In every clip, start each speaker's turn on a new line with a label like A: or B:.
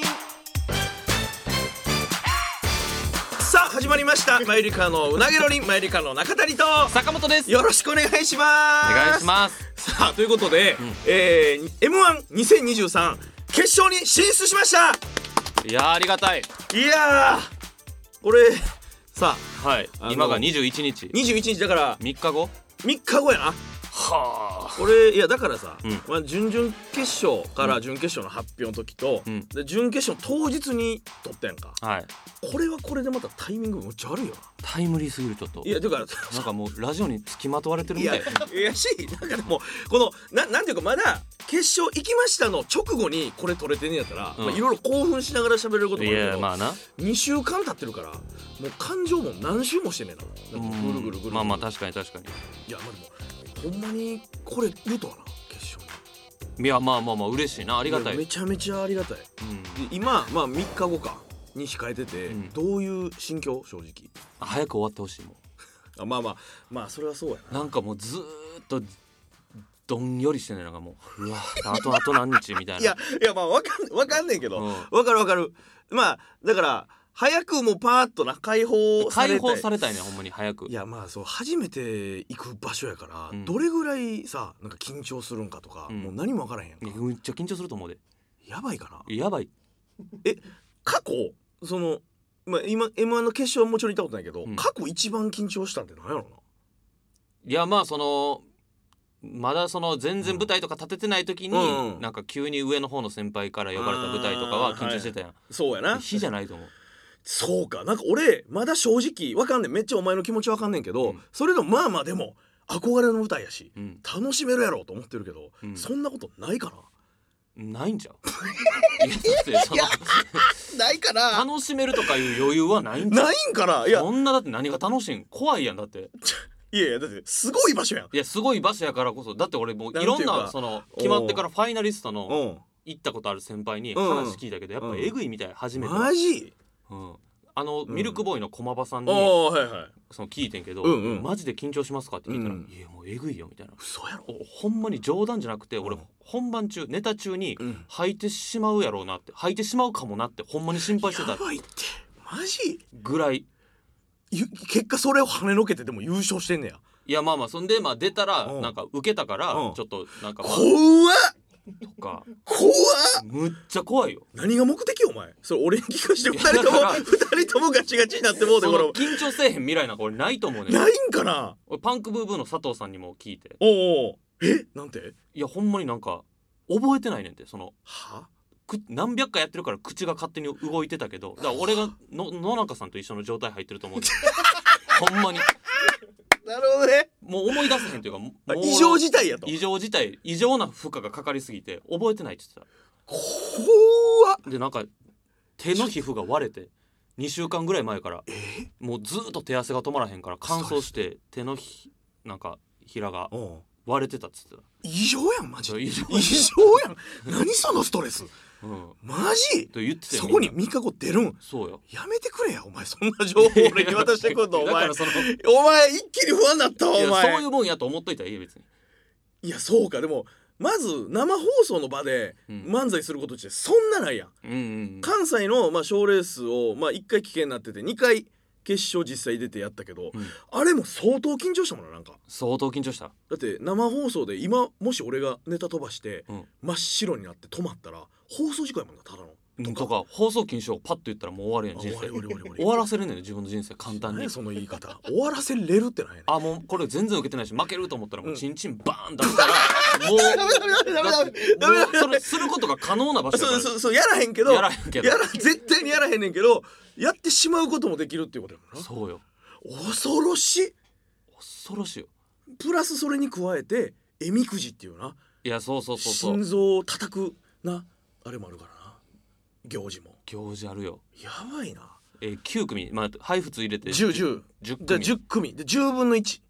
A: ん
B: さあ始まりましたマユリカのうなげろりんマユリカの中谷と
A: 坂本です
B: よろしくお願いします
A: お願いします
B: すさあということで、えー、M12023 決勝に進出しました
A: いやーありがたい
B: いやーこれさあ
A: はい
B: あの
A: 今が21日
B: 21日だから
A: 3日後
B: 3日後やな
A: はあ
B: これいやだからさ、
A: うん
B: まあ、準々決勝から準決勝の発表の時と、
A: うん
B: で準決勝当日に撮ったやんか
A: はい
B: これはこれでまたタイミングむっちゃ悪いよな
A: タイムリーすぎるちょっと
B: いやだから
A: なんかもうラジオに付きまとわれてる
B: い
A: み
B: や
A: たい
B: いやしなんかでもこのななんていうかまだ決勝行きましたの直後にこれ取れてんねやったら、
A: うん
B: まあ、いろいろ興奮しながら喋れることもあるけど、
A: まあな
B: 2週間経ってるからもう感情も何週もしてんねえななんかぐるぐるぐるぐる
A: まあまあ確かに確か
B: いやまあでもほんまにこれ言うとはな決勝にあ
A: にいやまあまあまあ嬉しいなありがたい
B: めちゃめちゃありがたいで
A: うん
B: 今まあ3日後かに控えてて、
A: うん
B: どういう心境正直
A: 早く終わってほしいもん
B: あまあまあまあそれはそうや
A: なんかもうずーっとどんよりしてんねんなんかもううわあとあ と何日みたいない
B: やいやまあわかんわかんねんけど、
A: うん
B: わかるわかるまあだから早くもうパーッとな解放され
A: 解
B: て
A: 放されたいねほんまに早く
B: いやまあそう初めて行く場所やから、
A: うん
B: どれぐらいさなんか緊張するんかとか、
A: うん
B: もう何もわからへんやんか、
A: めっちゃ緊張すると思うで
B: やばいかな
A: やばい
B: 過去その、まあ、今 m 1の決勝はもちろん行ったことないけど、
A: うん
B: 過去一番緊張したんってなんやろ
A: いやまあそのまだその全然舞台とか立ててない時に、
B: うんうん
A: なんか急に上の方の先輩から呼ばれた舞台とかは緊張してたやん、
B: なそうやな
A: 火じゃないと思う
B: そうかなんか俺まだ正直わかんねんめっちゃお前の気持ちわかんねんけど、
A: うん
B: それでもまあまあでも憧れの舞台やし
A: うん
B: 楽しめるやろうと思ってるけど、
A: うん
B: そんなことないかな
A: ないんちゃ ういやだってその
B: ないかな
A: 楽しめるとかいう余裕はないんちゃう
B: ないんかないや
A: そんなだって何が楽しいん怖いやんだって
B: いやいやだってすごい場所やん
A: いやすごい場所やからこそだって俺もう
B: なん
A: い
B: ていう
A: ろ
B: か
A: んなその決まってからファイナリスト
B: う
A: の
B: ん
A: 行ったことある先輩に
B: うん
A: 話聞いたけどやっぱ
B: うん
A: えぐいみたい初めては
B: マジ
A: うんあのミルクボーイの駒場さんに
B: ああはいはい
A: その聞いてんけど
B: うんうん
A: マジで緊張しますかって聞いたら
B: うん
A: いやもうえぐいよみたいな
B: 嘘やろ
A: おほんまに冗談じゃなくて俺
B: うん
A: 本番中ネタ中に
B: うん
A: 吐いてしまうやろうなって吐いてしまうかもなってほんまに心配してた
B: やばいってマジ
A: ぐらい
B: ゆ結果それを跳ねのけてでも優勝してんねや
A: いやまあまあそんでまあ出たら
B: うん
A: なんか受けたから
B: うん
A: ちょっとなんかま
B: 怖
A: あ
B: っ
A: とか
B: 怖っ
A: むっちゃ怖いよ
B: 何が目的お前それ俺に聞かして二人と
A: いや
B: も
A: だから
B: 二人ともガチガチになってもうて
A: その
B: これ
A: 緊張せえへん未来なんか俺ないと思うねん
B: ないんかな
A: 俺パンクブーブーの佐藤さんにも聞いて
B: おうおうえなんて
A: いやほんまになんか覚えてないねんてその
B: は
A: く何百回やってるから口が勝手に動いてたけどだから俺がの野中さんと一緒の状態入ってると思うね んほんまに
B: なるほどね
A: もう思い出せへんというかも
B: あ
A: う
B: 異常事態やと
A: 異常事態異常な負荷がかかりすぎて覚えてないって言って
B: 怖った
A: でなんか手の皮膚が割れて2週間ぐらい前からもうずっと手汗が止まらへんから乾燥して手のひなんかひらが
B: うん
A: 割れてたっつってた
B: 異常やんマジ
A: そう
B: 異
A: 異常
B: 常やん何そのストレス
A: うん。
B: マジ
A: と言ってたよ
B: そこに
A: みんな
B: 3日後出るん
A: そうよ。
B: やめてくれやお前そんな情報俺に渡してくんのお
A: だ
B: 前
A: からそのい
B: お前一気に不安になったわお
A: やそう
B: 前
A: いうもんやと思っといたらいいよ別に。
B: いやそうかでもまず生放送の場で
A: うん
B: 漫才することってそんなないやん
A: うんうん
B: 関西のまあ賞レースをまあ1回危険になってて2回決勝実際出てやったけど
A: うん。うん
B: あれも相当緊張したもんななんか
A: 相当緊張した。
B: だって生放送で今もし俺がネタ飛ばして
A: うん
B: 真っ白になって止まったら放送事故やもんなただの
A: とか放送禁止をパッと言ったらもう終わるやん
B: あ
A: 人
B: 終わ
A: 生
B: り終わり終わり終わり
A: 終わらせれんねん自分の人生簡単
B: 何
A: に
B: やその言い方終わらせれるってなんやねん
A: あもうこれ全然受けてないし負けると思ったらもうチンチンバーン出したらもう
B: ダメダメダメ
A: もう
B: ダメ
A: それすることが可能な場所だか
B: そう
A: ら
B: そうそうやらへんけど
A: やらへんけど
B: やら絶対にやらへんねんけどやってしまうこともできるっていうことやもん
A: そうよ
B: な恐ろしい
A: 恐ろしいよ
B: プラスそれに加えてえみくじっていうない
A: やそうそうそうそ
B: 心
A: う
B: 臓を叩くなあれもあるからな行事も
A: 行事あるよ
B: やばいな
A: えー、9組まあ配布入れて
B: 1010じゃ
A: 10
B: あ
A: 組
B: 10組で10分の1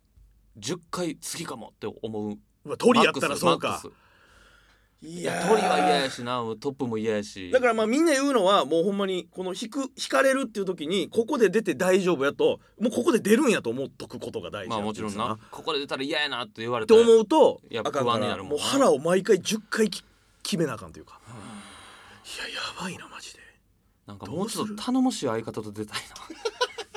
A: 10回次かもって思う
B: うわ鳥やったらそう
A: マッ
B: か
A: クスマック
B: い
A: スいや鳥は嫌やしなトップも嫌やし
B: だからまあみんな言うのはもうほんまにこの引く引かれるっていう時にここで出て大丈夫やともうここで出るんやと思っとくことが大事
A: まあ
B: や
A: も
B: っ
A: ち
B: てい
A: ろ
B: うんさ
A: なここで出たら嫌やなって言われ
B: って
A: て
B: 思うと
A: やっぱ
B: あかんから
A: 不安になるもんな
B: う腹を毎回10回き決めなあかんというか、いややばいなマジで
A: なんかもうちょっと頼もしい相方と出たい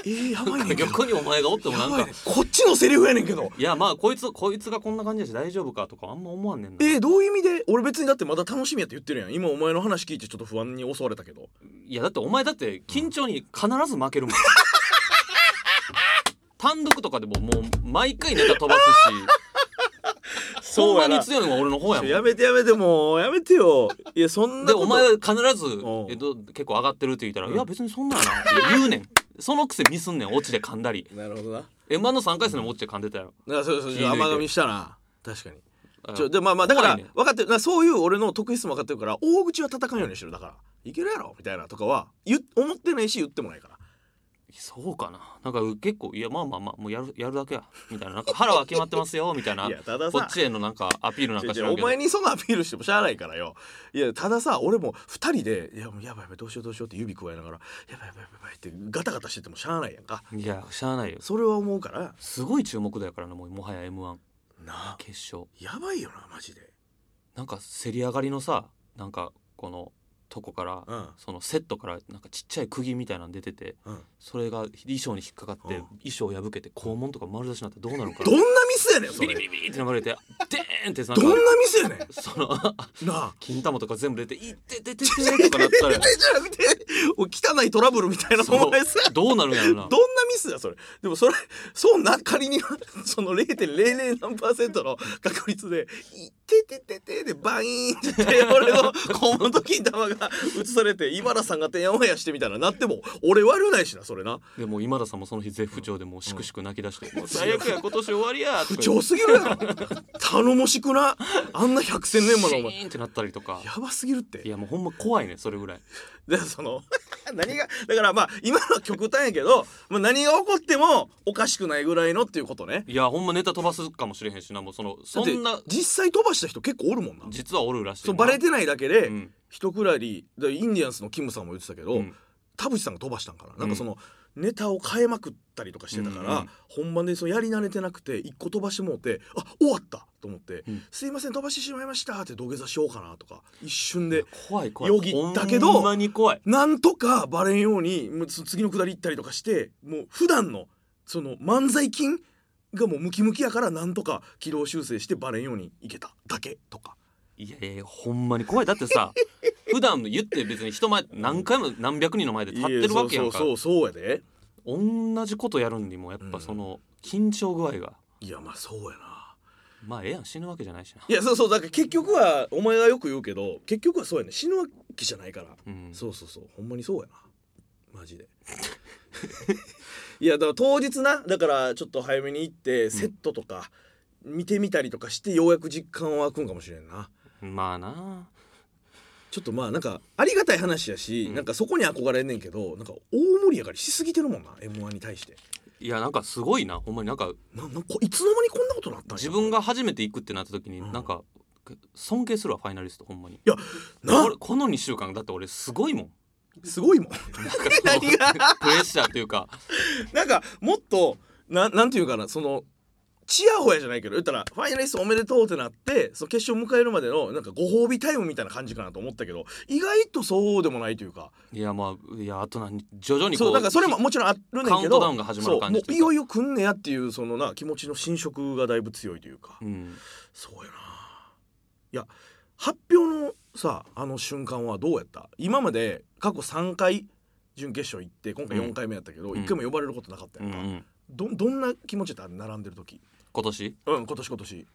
B: えー、やばい
A: な
B: ね
A: なんん
B: け
A: か 横
B: ど
A: にお前がおってもな
B: や
A: ん
B: ばい
A: か
B: ねこっちのセリフやねんけど
A: いやまあこいつこいつがこんな感じやし大丈夫かとかあんま思わんねんな
B: えー、どういう意味で俺別にだってまだ楽しみやって言ってるやん今お前の話聞いてちょっと不安に襲われたけど
A: いやだってお前だって緊張に必ず負けるもん単独とかでももう毎回ネタ飛ば すしほんまに強いのは俺の方やもん
B: やめてやめてもうやめてよいやそんな
A: で
B: こと
A: お前は必ず
B: うん
A: えど結構上がってるって言ったら「
B: うん
A: いや別にそんなんやな」って言うねんそのくせミスんねんオチで噛んだり
B: なるほどな
A: M−1 の3回戦でもオチで噛んでたよ
B: あそうそう
A: 気抜い
B: そう
A: て
B: 甘噛みしたな確かにちょ
A: あ
B: でまあまあだから、
A: 怖いね
B: 分かってるなそういう俺の得意質も分かってるから大口は叩かんようにしてるだからいけるやろみたいなとかは言っ思ってないし言ってもないから
A: そうかななんか結構「いやまあまあまあもうやるやるだけや」みたいななんか腹は決まってます よみたいない
B: やたださ
A: こっちへのなんかアピールなんかし
B: 違う
A: ら
B: 違う
A: けど
B: お前にそのアピールしてもしゃあないからよいやたださ俺も2人で「いやもうやばいやばいどうしようどうしよう」って指加えながら「やばいやばいやばい」ってガタガタしててもしゃあないやんか
A: いやしゃあないよ
B: それは思うから
A: すごい注目だからなもうもはや m 1
B: なあ
A: 決勝
B: やばいよなマジで
A: なんかせり上がりのさなんかこのとこから、
B: うん
A: そのセットからなんかちっちゃい釘みたいなの出てて
B: うん
A: それが衣装に引っかかって、
B: うん
A: 衣装破けて肛門とか丸出しになったらどうなるか
B: どんなミスやねんそ
A: ビリビ
B: れ
A: リビリって流れてでーンってなん
B: どん
A: か
B: なミスやねん
A: その
B: なあ
A: 金玉とか全部出て「いってててて」とかなったら
B: じゃなくて汚いトラブルみたいな
A: そう
B: お前さ
A: どうなるんやろな
B: どんなミスだそれでもそれそうな仮にその0.00何パーセントの確率で「いってててて」でバイーンって言って俺の肛門と金玉が移されて今田さんがてやもやしてみたいななっても俺悪ないしなそれな
A: でもう今田さんもその日絶不調でもうしくしく泣き出して「もう最悪や今年終わりや」とか
B: 不調すぎるやろ頼もしくなあんな百戦錬磨のお前
A: シーンってなったりとか
B: やばすぎるって
A: いやもうほんま怖いねそれぐらい
B: でその何がだからまあ今のは極端やけど、まあ、何が起こってもおかしくないぐらいのっていうことね
A: いやほんまネタ飛ばすかもしれへんしなもうそのそん
B: だっ
A: な
B: て実際飛ばした人結構おるもんな
A: 実はおるらしい
B: そうバレ
A: て
B: てないだけで、
A: うん
B: 一くらりだからインディアンスのキムさんも言ってたけど、
A: うん
B: 田淵さんが飛ばしたんかな、
A: ん
B: なんかそのネタを変えまくったりとかしてたから、
A: うんうん
B: 本番でそのやり慣れてなくて一個飛ばしてもうてあ終わったと思って、
A: うん
B: すいません飛ばしてしまいましたって土下座しようかなとか一瞬で
A: 怖い怖い
B: よぎったけど
A: ほんまに怖い
B: なんとかバレんようにもうその次のくだり行ったりとかしてもう普段のその漫才筋がもうムキムキやからなんとか軌道修正してバレんようにいけただけとか
A: いやいやほんまに怖いだって さ普段言って別に人前何回も何百人の前で立ってるわけやんか
B: いやそうそうそうそうやで
A: 同じことやるんにもやっぱその緊張具合が
B: いやまあそうやな
A: まあええやん死ぬわけじゃないしない
B: やそうそうだから結局はお前がよく言うけど結局はそうやね死ぬわけじゃないから、
A: うん
B: そうそうそうほんまにそうやなマジでいやだから当日なだからちょっと早めに行ってセットとか見てみたりとかしてようやく実感は湧くんかもしれんな
A: まあな
B: ちょっとまあなんかありがたい話やし、
A: うん
B: なんかそこに憧れんねんけどなんか大盛り上がりしすぎてるもんな m 1に対して
A: いやなんかすごいなほんまになんか
B: ななんこいつの間にこんなことなったんや
A: 自分が初めて行くってなった時に
B: うん
A: なんか尊敬するわファイナリストほんまに
B: な
A: 俺この2週間だって俺すごいもん
B: すごいもん
A: なんかその
B: 何が
A: プレッシャーというか
B: なんかもっとななんていうかなそのちやほやじゃないけど言ったらファイナリストおめでとうってなってその決勝迎えるまでのなんかご褒美タイムみたいな感じかなと思ったけど意外とそうでもないというか
A: いやまあいやあと何徐々にこう
B: そうだからそれももちろんあるねんけど
A: カウントダウンが始まる感じ
B: そう
A: と
B: も
A: いか
B: ういうよいよ来んねやっていうそのな気持ちの侵食がだいぶ強いというか、
A: うん
B: そうやないや発表のさあの瞬間はどうやった今まで過去3回準決勝行って今回
A: うん
B: 4回目やったけど、
A: うん
B: 1回も呼ばれることなかった
A: う
B: や
A: ん
B: ん
A: う
B: か、
A: ん、
B: どどんな気持ちだった並んでる時
A: 今年
B: うん今年今年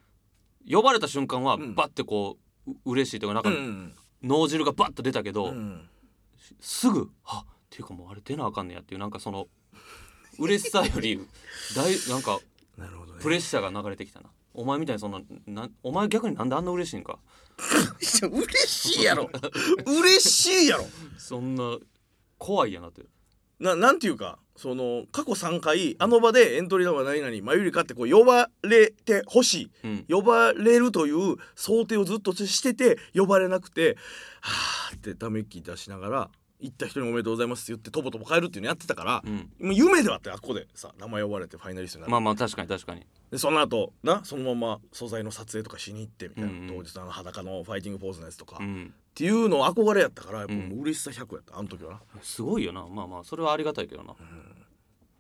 A: 呼ばれた瞬間は
B: うん
A: バッてこう、う嬉しいというか
B: う
A: なんか
B: ん
A: 脳汁がバッと出たけ
B: う
A: ど、
B: ん
A: すぐ「あっていうかもうあれ出なあかんねや」っていうなんかその嬉しさよ り大なんか
B: なるほどね
A: プレッシャーが流れてきたなお前みたいにそんななお前逆になんであんな嬉しいんか
B: いや嬉しいやろ 嬉しいやろ
A: そんな怖いやなって
B: ななんていうかその過去3回あの場でエントリーナンバー何々マユリカってこう呼ばれてほしい
A: うん
B: 呼ばれるという想定をずっとしてて呼ばれなくてはあってため息出しながら行った人におめでとうございますって言ってとぼとぼ帰るっていうのやってたから、
A: うん
B: もう夢ではあってあっこでさ名前呼ばれてファイナリストになる、
A: まあまあ確かに確かに
B: でその後なそのまま素材の撮影とかしに行ってみたいな、
A: うんうん
B: 当日のあの裸のファイティングポーズのやつとか、
A: う
B: っ
A: ん
B: ていうの憧れやったからやっぱも
A: う
B: うん嬉しさ100やったあの時はな、
A: すごいよなまあまあそれはありがたいけどな
B: うん、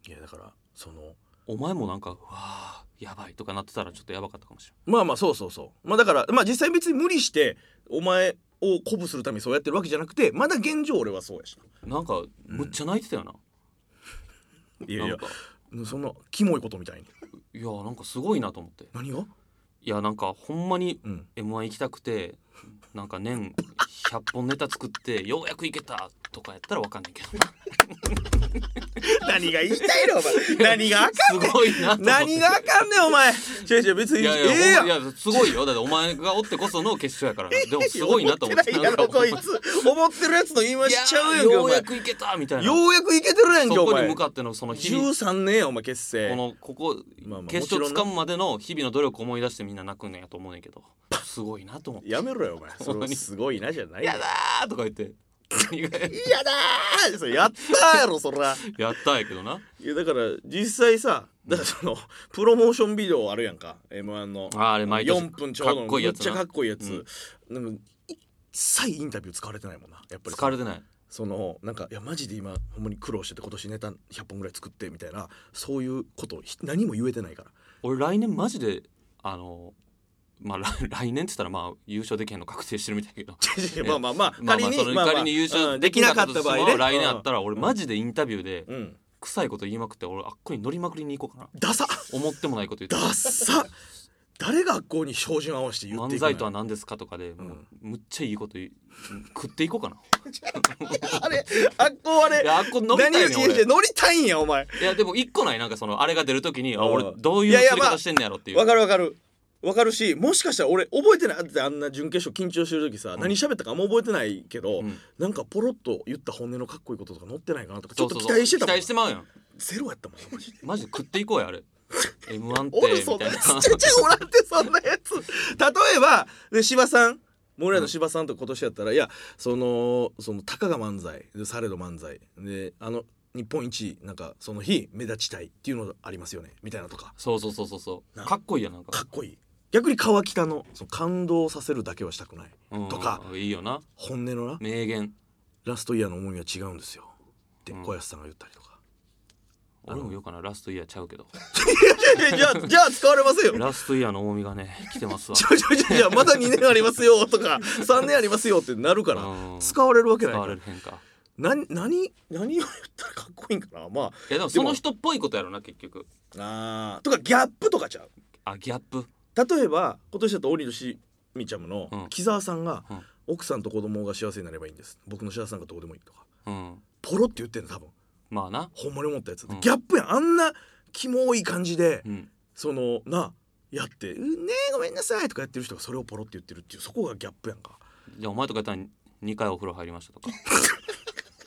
B: いやだからその
A: お前もなんか「うわあやばい」とかなってたらちょっとやばかったかもしれ
B: まあまあそうそうそうまあだからまあ実際別に無理してお前を鼓舞するためにそうやってるわけじゃなくてまだ現状俺はそうやし
A: んなんかむっちゃ泣いてたよな、
B: いやい
A: な
B: や
A: んか
B: そんなキモいことみたいに
A: いやなんかすごいなと思って
B: 何が
A: いやなんかほんまに
B: うん
A: m 1行きたくてなんか年100本ネタ作ってようやく行けたとかやったらわかんないけど
B: 何が言いたいのお前 何があか
A: す
B: んねん
A: ごいなと思って
B: 何があかんねんお前違う違う別
A: い
B: に
A: やい
B: ええ
A: や,
B: や
A: ほんま、
B: ん
A: いやすごいよだってお前がおってこその決勝やから なでもすごいなと思って
B: 思ってないやろこい
A: なんか
B: つ思ってるやつの言い回しちゃうやんけ
A: よ
B: お
A: う
B: 前
A: やく行けたみたいな
B: ようやくいけてるやんけ
A: そ
B: お
A: こに
B: 前
A: 向かってのその日々
B: 13年やお前結成
A: このここ
B: まあまあ
A: 決勝
B: もちろ
A: 掴
B: んな
A: むまでの日々の努力を思い出してみんな泣くんやと思うねんけどすごいなと思って「
B: やめろよ お前それはすごいなじゃないよ
A: やだ!」とか言って 何が
B: やだーそれやったーやろそら
A: やったんやけどない
B: やだから実際さだからそのプロモーションビデオあるやんか m 1の
A: あれ毎年
B: 4分ちょうど
A: かっ
B: の
A: こいい
B: め
A: や
B: っ
A: つ
B: ち
A: な
B: ゃかっこいいやつ、なんか一切インタビュー使われてないもんなやっぱり
A: 疲れてない
B: そのなんかいやマジで今ほんまに苦労してて今年ネタ100本ぐらい作ってみたいなそういうことひ何も言えてないから
A: 俺来年マジであのまあ来来年って言ったらまあ優勝できへんの確定してるみたいやけどや
B: まあまあまあ
A: まあ
B: 仮
A: まあ
B: に
A: その
B: まあまあ
A: 仮に優
B: う
A: 勝
B: んできなかっ
A: で
B: た
A: きな
B: 場
A: と
B: 合ね
A: しても来年あった
B: ら
A: ら俺マジでインタビューで
B: うん
A: 臭いこと言いまくって俺あっこに乗りまくりに行こうかな
B: ダサ
A: 思ってもないこと言って
B: ダッサ誰が学校に照準合わせて言っ
A: 漫
B: ていくの
A: 才
B: よ
A: とは何ですかとかでもうんむっちゃいいこと言い食っていこうか な
B: あれあっこあれ
A: いやあっこ乗りたいねん
B: 何を
A: 俺
B: やや乗りたいんやお前
A: いやでも一個ないなんかそのあれが出るときにあ
B: うん
A: 俺どうい
B: いうやいや
A: 作り
B: まあ
A: 方してんねやろっていう
B: わかるわかるわかるしもしかしたら俺覚えてないだってあんな準決勝緊張してる時さ、何喋ったかあんま覚えてないけど、
A: うん
B: なんかポロッと言った本音のかっこいいこととか載ってないかなとかち
A: そ
B: ょっ
A: うそ
B: と
A: う
B: 期
A: そう
B: 待してたも
A: 期
B: ん
A: 待してまうやん
B: ゼロやったもんマジで
A: マジで食っていこうやあ れ M1 っ
B: おる
A: て
B: そ
A: み
B: んな
A: たい
B: や
A: な
B: つちっちゃいおらんてそんなやつ例えばで芝さん俺らの芝さんと今年やったら、いやそのそのたかが漫才でされど漫才であの日本一なんかその日目立ちたいっていうのありますよねみたいなとか
A: そうそうそうそうそう
B: な
A: かっこいいやんなんか
B: かっこいい逆に川北のその感動させるだけはしたくない
A: うん
B: とか
A: いいよな
B: 本音のな
A: 名言
B: ラストイヤーの思いは違うんですよって
A: うん
B: 小安さんが言ったりとか、
A: 俺も言おうかなラストイヤーちゃうけど
B: じゃあじゃあ使われますよ
A: ラストイヤーの重みがね 来てますわ
B: ちょちょちょちょまだ2年ありますよとか3年ありますよってなるから
A: うん
B: 使われるわけない
A: 使
B: か
A: われ
B: ら
A: る変化
B: 何何何を言ったらかっこいいんかなま
A: いやでもその人っぽいことやろな結局
B: ああーとかギャップとかちゃう
A: あギャップ
B: 例えば今年だと鬼のしみちゃむの
A: うん
B: 木澤さんが、
A: うん
B: 奥さんと子供が幸せになればいいんです僕の幸せなんかどうでもいいとか
A: うん
B: ポロって言ってんの多分
A: まあな
B: ほんまに思ったやつ、
A: うん
B: ギャップやんあんなキモい感じで、
A: うん
B: そのなやって「うんねえごめんなさい」とかやってる人がそれをポロって言ってるっていうそこがギャップやんか
A: じゃあお前とかやったら2回お風呂入りましたとか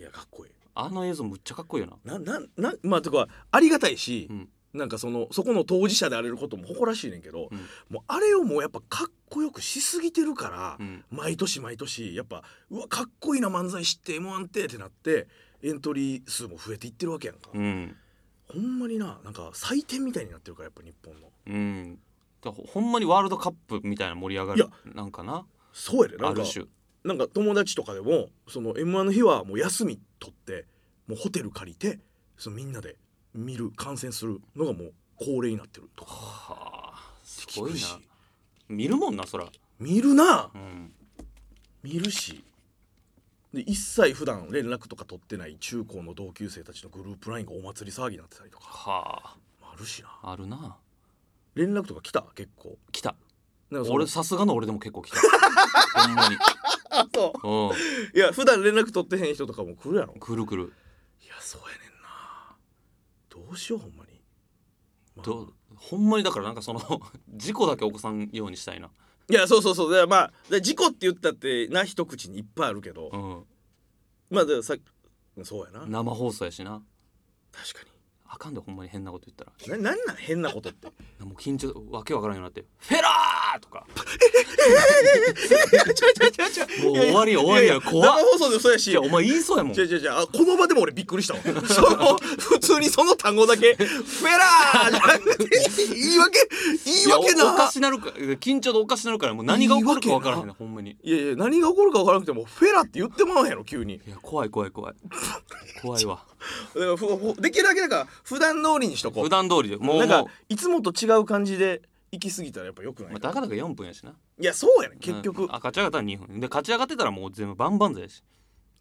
B: いやかっこいい
A: あの映像むっちゃかっこいいよな
B: なななまあとかありがたいし、
A: うん
B: なんかそのそこの当事者であれることも誇らしいねんけど、
A: うん
B: もうあれをもうやっぱかっこよくしすぎてるから、
A: うん
B: 毎年毎年やっぱうわかっこいいな漫才知って m 1ってってなってエントリー数も増えていってるわけやんか、
A: うん
B: ほんまにななんか祭典みたいになってるからやっぱ日本の
A: うんだからほんまにワールドカップみたいな盛り上が
B: いや
A: るなんかな
B: そうやでな
A: あ
B: んか
A: る種
B: なんか友達とかでもその m 1の日はもう休み取ってもうホテル借りてそのみんなで見る観戦するのがもう恒例になってるとか
A: はあすごい
B: 聞
A: な
B: くし
A: 見るもんなそら、
B: 見るな
A: うん、
B: 見るしで一切普段連絡とか取ってない中高の同級生たちのグループラインがお祭り騒ぎになってたりとか
A: は
B: あるしな
A: ああるな
B: 連絡とか来た結構
A: 来た
B: なんかその
A: 俺さすがの俺でも結構来た ほんまに
B: あそ
A: うん
B: ういや普段連絡取ってへん人とかも来るやろい
A: くるくる
B: やそうやねんなどうしようほんまに、まあ
A: どうほんまにだからなんかその 事故だけ起こさんようにしたいない
B: やそうそうそうだからまあだから事故って言ったってな一口にいっぱいあるけど、
A: うん
B: まあだからさそうやな
A: 生放送やしな
B: 確か
A: あかんでほんまに変なこと言ったら
B: にななんなん変なことって
A: もう緊張わけわからんようになって「フェラー!」 とか
B: ちゃうちゃうちゃうちゃう
A: もう終わりよ終わりよ
B: いい
A: 怖っ
B: 生放送でもそうやし
A: いやお前言いそうやもん
B: 違う違う違うあこの場でも俺びっくりしたわ その普通にその単語だけ「フェラー!」じゃなくて言い訳言い訳
A: いやおお
B: な
A: かしなるか緊張でおかしなるからもう何が起こるかわからへん
B: 言い訳
A: ねほんまに
B: いやいや何が起こるか分からなくても「フェラ」って言ってまうやろ急に
A: いや怖い怖い怖い怖いわ
B: だからふふできるだけだから普段通りにしとこう
A: 普段通りでもう
B: なんか
A: も
B: いつもと違う感じで行き過ぎたらやっぱ良くな
A: う
B: い、
A: まあ、だからが4分やしない
B: やそうやね結局、
A: うんあ勝ち上がったら2分で勝ち上がってたらもう全部バンバン勢やし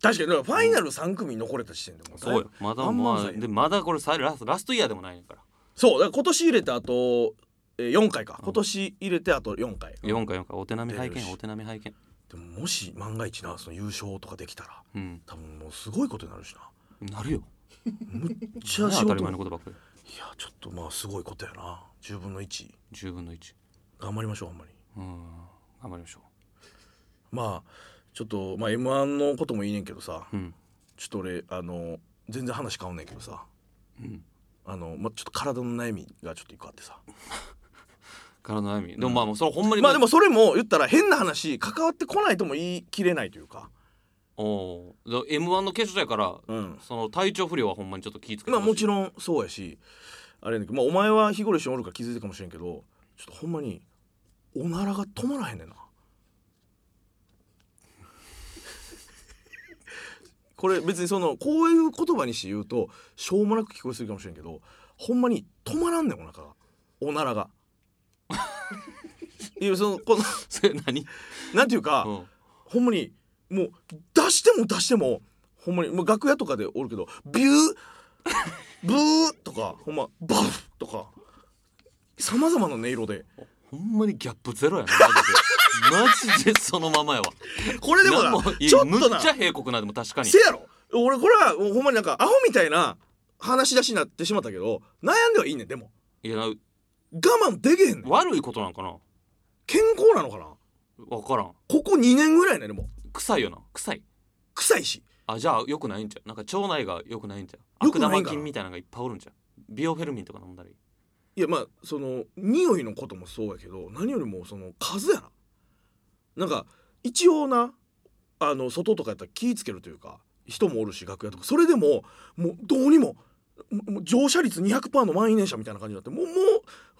B: 確かにだからファイナル3組に残れた時点でもう
A: そうよまだ
B: 万々
A: まあ
B: 歳
A: でまだこれ最ラスラストイヤーでもないねんから
B: そうだから今年入れてあと、えー、4回か今年入れてあと4回、
A: 4か4かお手並み拝
B: 出るし
A: 見お手並み拝見
B: でももし万が一なその優勝とかできたら
A: うん
B: 多分もうすごいことになるしな
A: なるよ
B: むっちゃ
A: 当
B: 仕
A: た
B: 事
A: り
B: い
A: 前のことばっかり
B: やちょっとまあすごいことやな10分の1
A: 10分の1
B: 頑張りましょうほんまに
A: うん頑張りましょ
B: まあちょっと、まあ、m 1のこともいいねんけどさ
A: ううん
B: ちょっと俺あの全然話変わんねんけどさ
A: うん
B: あの、まあ、ちょっと体の悩みがちょっと一個あってさ
A: 体の悩みでもまあもうそれほんまに
B: まあでもそれも言ったら変な話関わってこないとも言い切れないというか
A: お m 1の決勝やから
B: うん
A: その体調不良はほんまにちょっと気ぃつけて
B: まあもち
A: ん
B: ろんそうやしあれやねんけど、まあ、お前は日頃一緒におるから気づいてるかもしれんけどちょっとほんまにおならが止まらへんねんな これ別にそのこういう言葉にして言うとしょうもなく聞こえするかもしれんけどほんまに止まらんねんお腹がおならがいやそのこの
A: それ何
B: なんていうか、
A: うん
B: ほんまにもう出しても出してもほんまに、まあ、楽屋とかでおるけどビュー ブーとかほんまバフとかさまざまな音色で
A: ほんまにギャップゼロやなマ ジでマジでそのままやわ
B: これでも
A: なん
B: な
A: もいや
B: ちょっ
A: む
B: とな
A: っちゃ平国なでも確かに
B: せやろ俺これはほんまになんかアホみたいな話し出しになってしまったけど悩んではいいねんでも
A: いや
B: 我慢できへんねん
A: 悪いことなんかな
B: 健康なのかな
A: 分からん
B: ここ2年ぐらいねでも
A: 臭いよな臭い
B: 臭いし
A: あじゃあ良くないんちゃうなんか腸内が良くないんちゃう
B: 良
A: 悪
B: くないんかな
A: 玉菌みたいなのがいっぱいおるんちゃうビオフェルミンとか飲んだらいい
B: いやまあその匂いのこともそうやけど何よりもその数やななんか一応なあの外とかやったら気ぃつけるというか人もおるし楽屋とかそれでももうどうにもももう乗車率200%の満員電車みたいな感じになってもうもう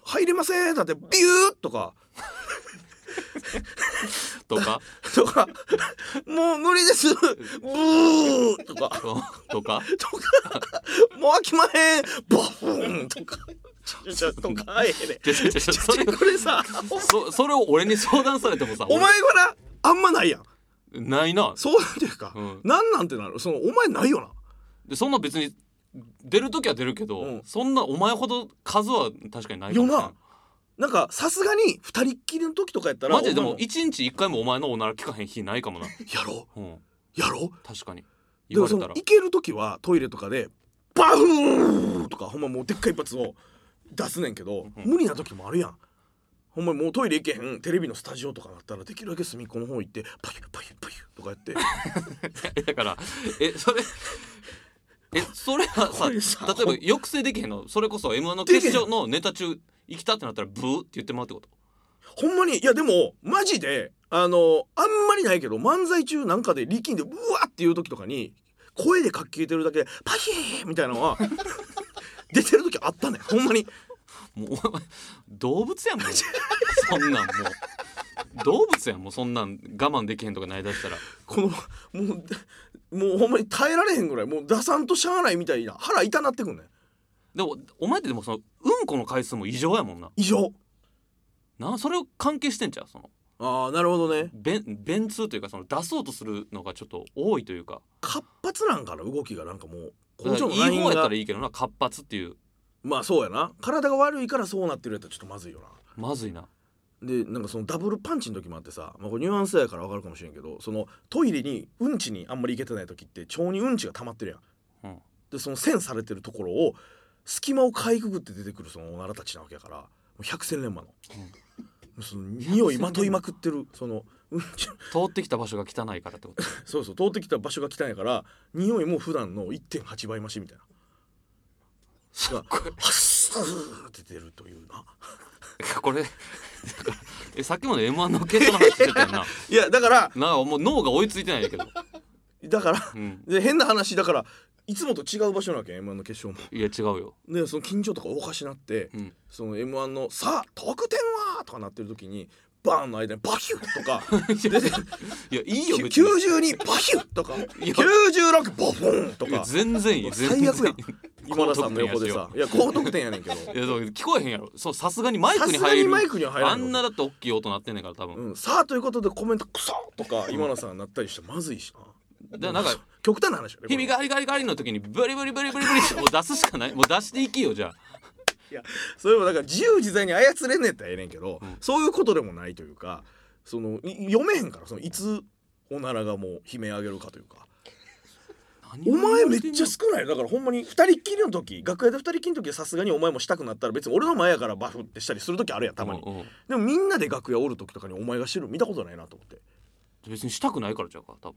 B: 入れませんだってビューとか
A: と か
B: とかもう無理ですブーとか
A: と か
B: とかもう飽きまへんボフンとかちょちょとかええね
A: 違う違う違うそれ
B: これさ
A: そそれを俺に相談されてもさ
B: お前がなあんまないやん
A: 俺ないな
B: そうなんていうか、
A: うん
B: なんなんてなるそのお前ないよな
A: でそんな別に出る時は出るけど、
B: うん
A: そんなお前ほど数は確かにないか
B: よ
A: もしれん
B: ななんかさすがに二人っきりの時とかやったら
A: マジででも
B: お前
A: 一日一回もお前のおなら聞かへん日ないかもな、
B: やろ
A: うん、
B: うやろう
A: 確かに
B: で
A: 言わ
B: も
A: れ
B: そ
A: た
B: の
A: ら
B: 行ける時はトイレとかでバフンとかほんまもうでっかい一発を出すねんけど、
A: うん
B: 無理な時もあるやんほんまもうトイレ行けへんテレビのスタジオとかだったらできるだけ隅っこの方行ってパキュパキュパキュとかやっ て
A: だからえそれ えそれはさ
B: これさ
A: 例えば抑制できへんのそれこそ m 1の
B: できへん
A: 決勝のネタ中行きたってなったらブーって言ってもらうってこと
B: ほんまにいやでもマジであのあんまりないけど漫才中なんかで力んでうわっていう時とかに声でかき消えてるだけでパヒーみたいなのは 出てる時あったねほんまに
A: もう動物やもんそんなんもう動物やもうそんなん我慢できへんとかないだしたら
B: このもうもうほんまに耐えられへんぐらいもう出さんとしゃあないみたいな腹痛なってくんね
A: でもお前ってでもそのうんこの回数も異常やもんな
B: 異常
A: なそれを関係してんちゃうその
B: ああなるほどね
A: 便便通というかその出そうとするのがちょっと多いというか
B: 活発なんかな動きがなんかもうこ
A: だ
B: っ
A: か
B: ち
A: ら
B: の
A: い
B: ライ
A: い
B: ン
A: 方やっ
B: が
A: たらいいけどな活発っていう
B: まあそうやな体が悪いからそうなってるやつはちょっとまずいよな
A: まずいな
B: でなんかそのダブルパンチの時もあってさ、まあ、これニュアンスやから分かるかもしれんけどそのトイレにうんちにあんまり行けてない時って腸にうんちが溜まってるやん、
A: うん
B: でその栓されてるところを隙間をかいくぐって出てくるそのおならたちなわけやからもう百戦錬磨の,、その匂いまといまくってるそのうんち
A: 通ってきた場所が汚いからってこ と
B: そうそう通ってきた場所が汚いから匂いも普段の1.8倍増しみたいな。がハッスーって出るというな。
A: これだからえさっきまで m 1の決勝の話してたよな
B: いやだから
A: なんかもう脳が追いついてないんだけど、
B: だから
A: うん、
B: で変な話だからいつもと違う場所なわけ m 1の決勝も。
A: いや違うよ、
B: でその緊張とかおかしなって、
A: うん、
B: その m 1の「さあ得点は!」とかなってる時にバーンの間にバキュッと かでで
A: いやいいよ別に
B: 92バキュッとか
A: や
B: 96ボフンと
A: いや
B: か
A: 全然いい全然いい
B: 最悪やん今田さんの横 で
A: 高
B: さ
A: 得
B: いや高得点やねんけど
A: 点やしよういやでも聞こえへんやろそうさすがにマイ
B: さ
A: クに
B: すが
A: 入
B: に
A: る
B: マイクには入ら
A: あ
B: ない
A: んなだって大きい音鳴ってんねんから多分、
B: うん、さあということでコメントクソとか今田さんなったりしてまずいしな
A: だからなんか
B: 極端な話よね
A: 「日々
B: こ
A: ガリガリガリ」の時にブリブリブリブリブリってもう出すしかないもう出していきよじゃあ
B: れそれもだから自由自在に操れんねえったらええねんけど、そういうことでもないというかそのい読めへんからそのいつおならがもう悲鳴上げるかというか
A: 何を
B: お前めっ
A: 言う
B: ち
A: て
B: ゃ
A: んの
B: 少ないだからほんまに2人っきりの時楽屋で2人っきりの時はさすがにお前もしたくなったら別に俺の前やからバフってしたりする時あるやんたまに、
A: うんうん
B: でもみんなで楽屋おる時とかにお前がしてる見たことないなと思って
A: 別にしたくないからちゃうか多分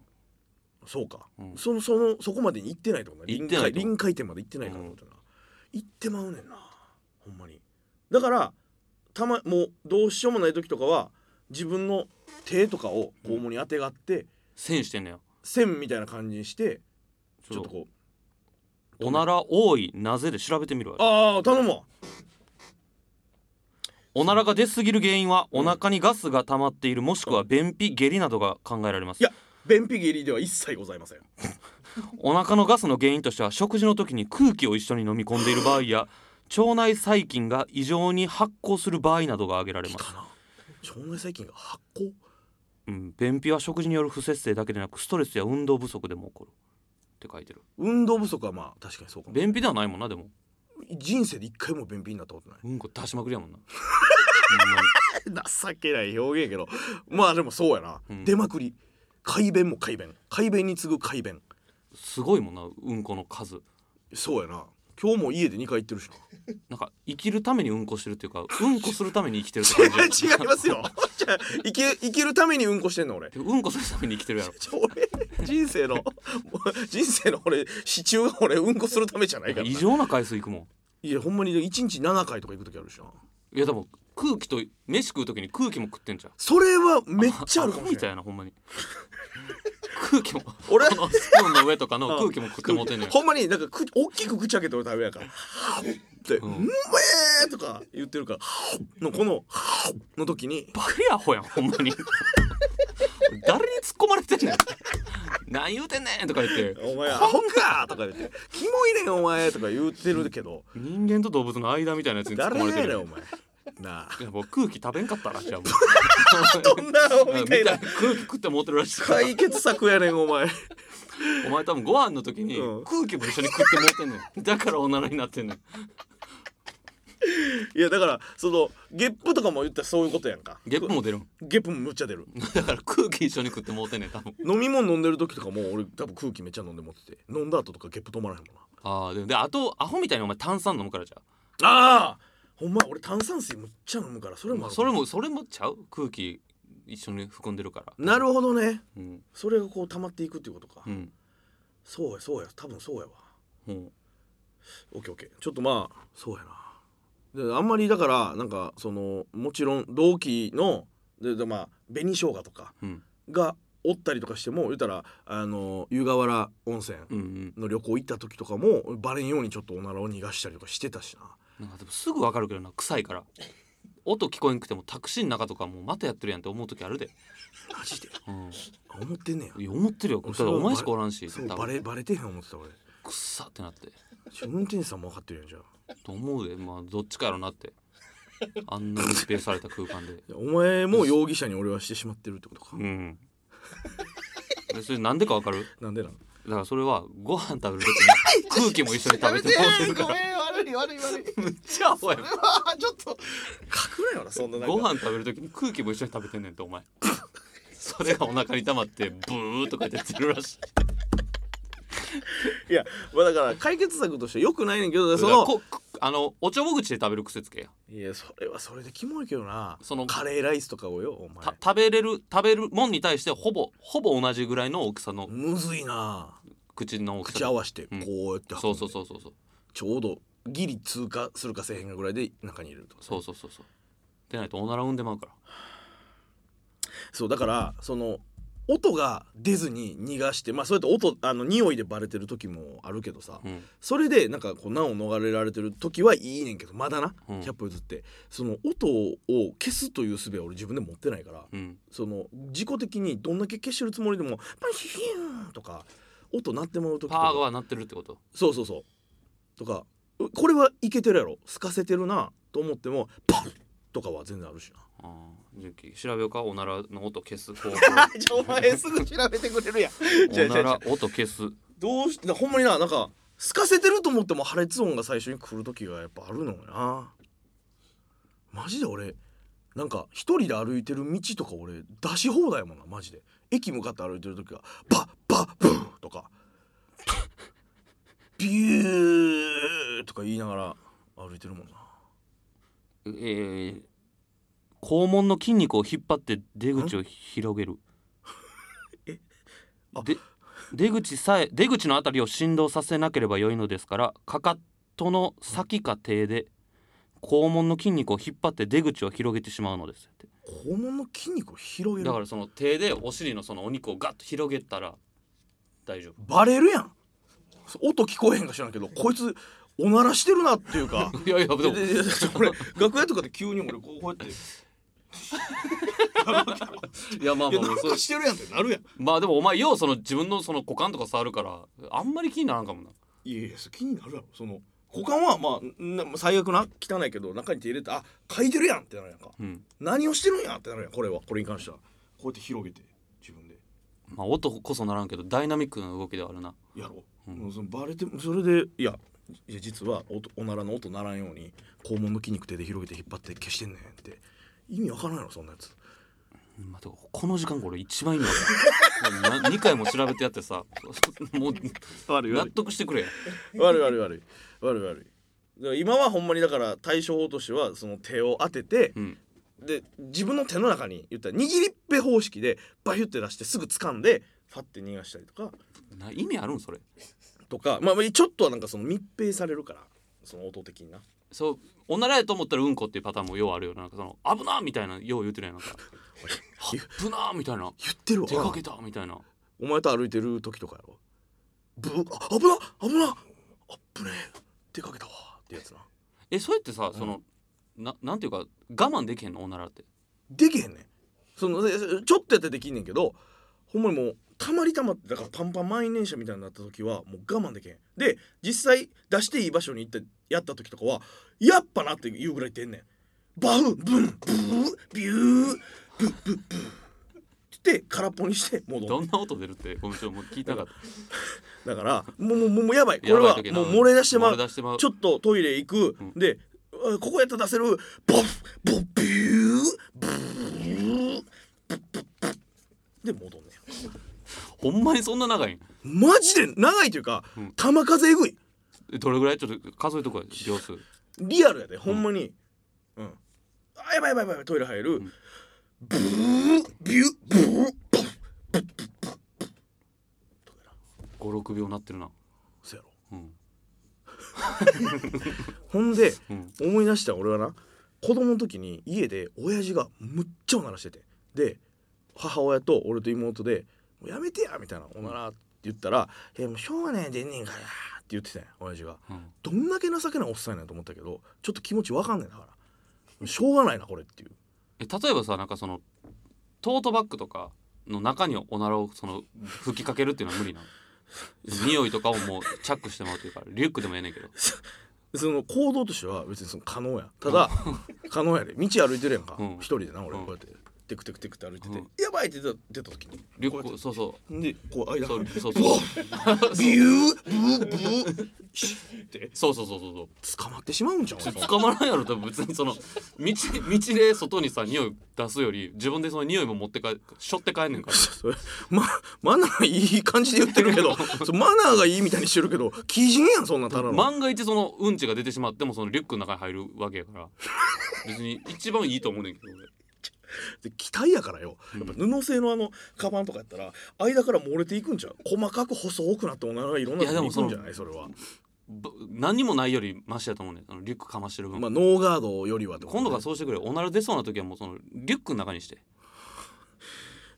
B: そうか、
A: うん
B: そのそのそこまでに行ってないと思う
A: 行
B: 臨
A: ってない
B: 界
A: と
B: 臨界点まで行ってないからな、行ってまうねんなほんまにだからたまもうどうしようもない時とかは自分の手とかを肛門にあてがって、
A: せんしてんねや
B: 線みたいな感じにしてち
A: ち
B: ょ
A: ょ
B: っ
A: っ
B: と
A: と
B: こう
A: おなら多いなぜで調べてみるわ
B: ああ頼むわ
A: おならが出すぎる原因はお腹にガスが溜まっているもしくは便秘下痢などが考えられま
B: い
A: す
B: や便秘下痢では一切ございません
A: お腹のガスの原因としては食事の時に空気を一緒に飲み込んでいる場合や腸内細菌が異常に発酵する場合などが挙げられます
B: かな腸内細菌が発酵
A: うん、便秘は食事による不節制だけでなくストレスや運動不足でも起こるって書いてる
B: 運動不足はまあ確かにそうかも
A: 便秘ではないもんなでも
B: 人生で一回も便秘になったことない
A: うんこ出しまくりやも んな
B: 情けない表現やけどまあでもそうやな、
A: うん
B: 出まくり改便も改便改便に次ぐ改便
A: すごいもんなうんこの数
B: そうやな今日も家で2回行ってるしな
A: なんか生きるためにうんこしてるっていうかうんこするために生きてるって
B: 違
A: 感じや
B: いますよじゃあ 生き生きるためにうんこしてんの俺
A: でうんこするために生きてるや ろ
B: ちょ俺人生のも う人生の俺支柱が俺うんこするためじゃないから
A: 異
B: な
A: 常な回数いくも
B: いやほんまに1日7回とか行く時あるしなん
A: いやでも空気と飯食う時に空気も食ってんじゃん
B: それはめっちゃあるか
A: アホ
B: もし
A: み
B: れ
A: た
B: ない
A: いなほんまに空気も
B: 俺
A: このスプーンの上とかの空気も食ってもうてんねん
B: ほんまになんかく大きく口開けて俺食べやから「で、うん、めえ!」とか言ってるからのこの「の時に
A: バリアホやんほんまに誰に突っ込まれてんねん何言うてんねんとか言って
B: お前アホか!」とか言って「キモいねんお前」とか言ってるけど
A: 人間と動物の間みたいなやつに突っ
B: 誰
A: 込まれ
B: や
A: て
B: ね
A: る
B: んお前なあ
A: いやもう空気食べんかったらじゃあも
B: どんなアホ
A: う
B: みたいな
A: みたい空気食って持ってるらしいから
B: 解決策やねんお前
A: お前多分ご飯の時に
B: うん
A: 空気も一緒に食って持ってんねんだからおならになってんねん
B: いやだからそのゲップとかも言ったらそういうことやんか
A: ゲップも出るん
B: ゲップもむっちゃ出る
A: だから空気一緒に食って持ってんねん多分
B: 飲み物飲んでる時とかも俺多分空気めっちゃ飲んで持ってて飲んだ後とかゲップ止まらへんもんな
A: ああでもであとアホみたいにお前炭酸飲むからじゃあ
B: ああほんま俺炭酸水むっちゃ飲むからそれもある
A: それもそれもちゃう空気一緒に含んでるから
B: なるほどね
A: うん
B: それがこう溜まっていくっていうことか、
A: うん
B: そうやそうや多分そうやわ
A: うん
B: オッケーオッケーちょっとまあそうやなであんまりだからなんかそのもちろん同期のででまあ紅生姜とか
A: うん
B: がおったりとかしても言うたらあの湯河原温泉
A: うんうん
B: の旅行行った時とかもバレんようにちょっとおならを逃がしたりとかしてたしな
A: なんかでもすぐわかるけどな臭い から音聞こえんくてもタクシーの中とかもうまたやってるやんって思う時あるで、
B: マ ジで
A: うん、
B: あ思ってんねや
A: いや思ってるよ
B: 俺
A: ただお前しかおらんし
B: そう
A: 多
B: バ
A: 分
B: レバレてへん思ってた俺
A: くっさってなって
B: 運転手さんも分かってるやんじゃあ
A: と思うでまあどっちかやろなってあんなに密閉された空間で
B: いやお前も容疑者に俺はしてしまってるってことか、
A: うんでそれなんでかわかる
B: なんでなの
A: だからそれはご飯食べる 時に空気も一緒に食べてもうてるから
B: ん悪い悪い悪い
A: めっちゃアホやん
B: あちょっと隠れよなそんな
A: ご飯食べる時に空気も一緒に食べてんねんってお 前それがお腹に溜まってブーとか出てるらしい
B: いやまあだから解決策としてよくないねんけど
A: そ
B: そ
A: の
B: の
A: こくあのおちょぼ口で食べる癖つけや
B: いやそれはそれでキモいけどな
A: その
B: カレーライスとかをよお前
A: た食べれる食べるもんに対してほぼほぼ同じぐらいの大きさの
B: むずいな
A: 口の大きさ
B: 口合わしてこ
A: うん
B: うやって運んで、
A: そうそうそうそうそう
B: ちょうどギリ通過するかせえへんかぐらいで中にいると
A: そうそうそうそうでないとおなら産んでまうから
B: そうだからその音が出ずに逃がしてまあそれと音あの匂いでバレてる時もあるけどさ、
A: うん
B: それでなんかこう難を逃れられてる時はいいねんけどまだな、
A: うん
B: 100歩譲ってその音を消すという術は俺自分で持ってないから、
A: うん
B: その自己的にどんだけ消してるつもりでもパンヒヒューンとか音鳴ってもらう時と
A: パー
B: か
A: が鳴ってるってこと
B: そうそうそうとかうこれはいけてるやろ透かせてるなと思ってもパンとかは全然ある しな。
A: あー純喜調べようかおならの音消す方 法
B: じゃあお前すぐ調べてくれるやん。じゃあ
A: お
B: じゃ
A: な
B: あじゃ
A: ら
B: あ
A: 音消す
B: どうしてほんまにななんか透かせてると思っても破裂音が最初に来る時がやっぱあるのよな。マジで俺なんか一人で歩いてる道とか俺出し放題やもんなマジで。駅向かって歩いてる時はバッバッブーとかビューとか言いながら歩いてるもんな。
A: えー肛門の筋肉を引っ張って出口を広げる
B: あ
A: で出口さえ出口のあたりを振動させなければ良いのですからかかとの先か手で肛門の筋肉を引っ張って出口を広げてしまうのですって
B: 肛門の筋肉を広げる
A: だからその手でお尻のそのお肉をガッと広げたら大丈
B: バレるやん音聞こえへんか知らんけどこいつおならしてるな っていうか
A: 夫いやいやで
B: で
A: も
B: でで俺楽屋とかで急に俺こうこうやって「
A: いやま あまあ
B: いやな
A: ま
B: ん
A: あそう
B: かしてるやん」ってなるやん
A: まあでもお前ようその自分のその股間とか触るからあんまり気にならんかもない
B: やいやそれ気になるやろその股間はまあなまあ最悪な汚いけど中に手入れて「あ書いてるやん」ってなるやんか
A: うん
B: 何をしてるんやってなるやんこれはこれに関してはこうやって広げて自分で
A: まあ音こそならんけどダイナミックな動きではあるな
B: やろう、
A: うん
B: もうそのバレてそれでいやいや実はおおならの音ならんように肛門の筋肉手で広げて引っ張って消してんねんって意味わからんやろそんなやつ
A: まあ、てかこの時間が俺一番いいの よ2回も調べてやってさ もう
B: 悪
A: 納得してくれや
B: 悪い悪い悪い悪い悪いだから今はほんまにだから対処法としてはその手を当てて
A: うん
B: で自分の手の中に言ったら握りっぺ方式でバヒュって出してすぐ掴んでファッて逃がしたりとか
A: な意味あるんそれ
B: とかまあまあちょっとはなんかその密閉されるからその音的にな
A: そうおならやと思ったらうんこっていうパターンもようあるよななんかその危なーみたいなよう言うてるやんなんか危なーみたいな
B: 言ってる
A: 出か
B: わ
A: けたみたいな
B: お前と歩いてる時とかやろブーあ危な危なあっぶねえ出かけたわってやつな
A: えそうやってさその、ななんていうか我慢できへんのおならって
B: できへんねんそのでちょっとやってできんねんけどほんまにもうたまりたまってだからパンパン満員電車みたいになった時はもう我慢できへんで実際出していい場所に行ってやった時とかはやっぱなっていうぐらい出んねんバフンブンブービューブッブッブッって空っぽにして戻
A: ど
B: る
A: んな音出るってごめんちょっともう聞いたかった
B: だからもうもうもうもうやばいこれ
A: やば
B: はい
A: 時な
B: もう漏れ出してま
A: 漏
B: う
A: れ出してまう
B: ちょっとトイレ行く、
A: うん
B: であここやったら出せるボッボッビューブーブッブッブッで戻んねん
A: ほんまにそんな長いん
B: マジで長いというか、
A: ん
B: 玉数えぐい
A: えどれぐらいちょっと数えとこや秒数
B: リアルやでほんまにうん、あやばいやばいやばいトイレ入る、ブービューブーボッ
A: 56秒なってるな
B: そうやろ
A: うん
B: ほんで、
A: うん
B: 思い出した俺はな子供の時に家で親父がむっちゃおならしててで母親と俺と妹で「もうやめてや」みたいな「おなら」って言ったら「えもうしょうがねえでんねんから」って言ってたんや親父が。
A: うん
B: どんだけ情けないおっさんやねんと思ったけどちょっと気持ちわかんないだからしょうがないなこれっていう
A: え例えばさなんかそのトートバッグとかの中におならをその吹きかけるっていうのは無理なの匂いとかをもうチャックしてもらうというかリュックでもええねんけど
B: その行動としては別にその可能や ただ可能やで道歩いてるやんか
A: うん
B: 一人でな俺
A: う
B: こ
A: ん
B: うやってテクテクテクって歩いてて
A: うん
B: やばいって出た出た時に
A: リュ
B: こう
A: ッ
B: や
A: ク
B: っ
A: そうそう
B: てでこう間
A: そうそうそう
B: うわビューブーブーシュッて
A: そうそうそうそうそう
B: 捕まってしまうんじゃん俺
A: 捕まらんやろと別にその道道で外にさ匂い出すより自分でその匂いも持ってかしょって帰んねんから
B: それまマナーいい感じで言ってるけどそうマナーがいいみたいにしてるけど基人やんそんなただの
A: 万が一そのうんちが出てしまってもそのリュックの中に入るわけやから別に一番いいと思うねんけど俺
B: で機体やからよやっぱ布製のあのカバンとかやったら間から漏れていくんじゃう細かく細くなっておならがいろんなと
A: いやで
B: こに
A: も
B: いくんじゃないそれは
A: ぶ何もないよりマシやと思うねんあのリュックかましてる分、
B: まあノーガードよりはってこと
A: 今度からそうしてくれおなら出そうな時はもうそのリュックの中にして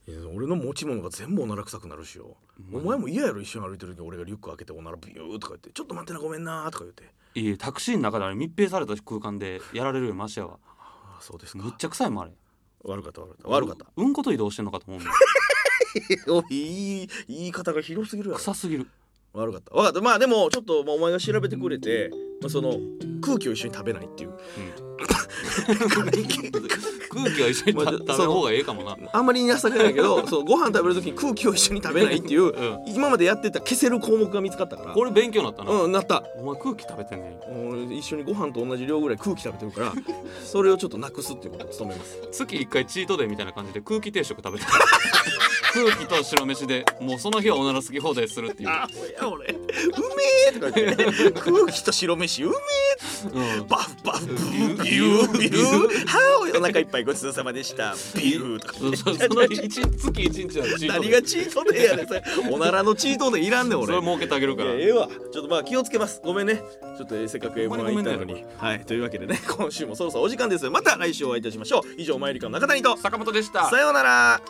B: いや俺の持ち物が全部おなら臭くなるしよお前も嫌やろ一緒に歩いてる時俺がリュック開けておならビューとか言って「ちょっと待ってなごめんな」とか言って
A: いえタクシーの中であれ密閉された空間でやられるよりマシやわ
B: 「ああそうです
A: むっ
B: か
A: ちゃ臭いもんあれ
B: 悪かった悪かった悪かった
A: うんうんこと移動してんのかと思うもん
B: おいいい言い方が広すぎるやろ
A: 臭すぎる
B: 悪かった分かったまあでもちょっと、まあ、お前が調べてくれて、まあ、その空気を一緒に食べないっていう
A: 空気は一緒に
B: まあ
A: た
B: で
A: 食べる方がええかもな
B: あんまり情けないけどそうご飯食べる時に空気を一緒に食べないっていう、
A: う
B: 今までやってた消せる項目が見つかったから
A: これ勉強になったな、
B: うんなった
A: お前空気食べてんね
B: 俺一緒にご飯と同じ量ぐらい空気食べてるからそれをちょっとなくすっていうことを努めます
A: 月1回チートデイみたいな感じで空気定食食べてる空気と白飯でもうその日はおなら好き放題するっていう、
B: あいや俺うめえとか言って空気と白飯うめえ
A: うん、
B: バフバフビュービュービューはあお腹いっぱいごちそうさまでしたビューとか
A: そそその一日月一日はチート
B: 何
A: デ
B: が
A: イ
B: チートデイやねんそれおならのチートデイいらんねん
A: そ
B: 俺
A: れ儲けてあげるから
B: いやええわちょっとまあ気をつけますごめんねちょっとえーせっかく
A: ほん
B: M1
A: まに
B: 行
A: ごめ
B: っ
A: んね
B: たのにはいというわけでね今週もそろそろお時間ですまた来週お会いいたしましょう以上マイリカの中谷と
A: 坂本でした
B: さようなら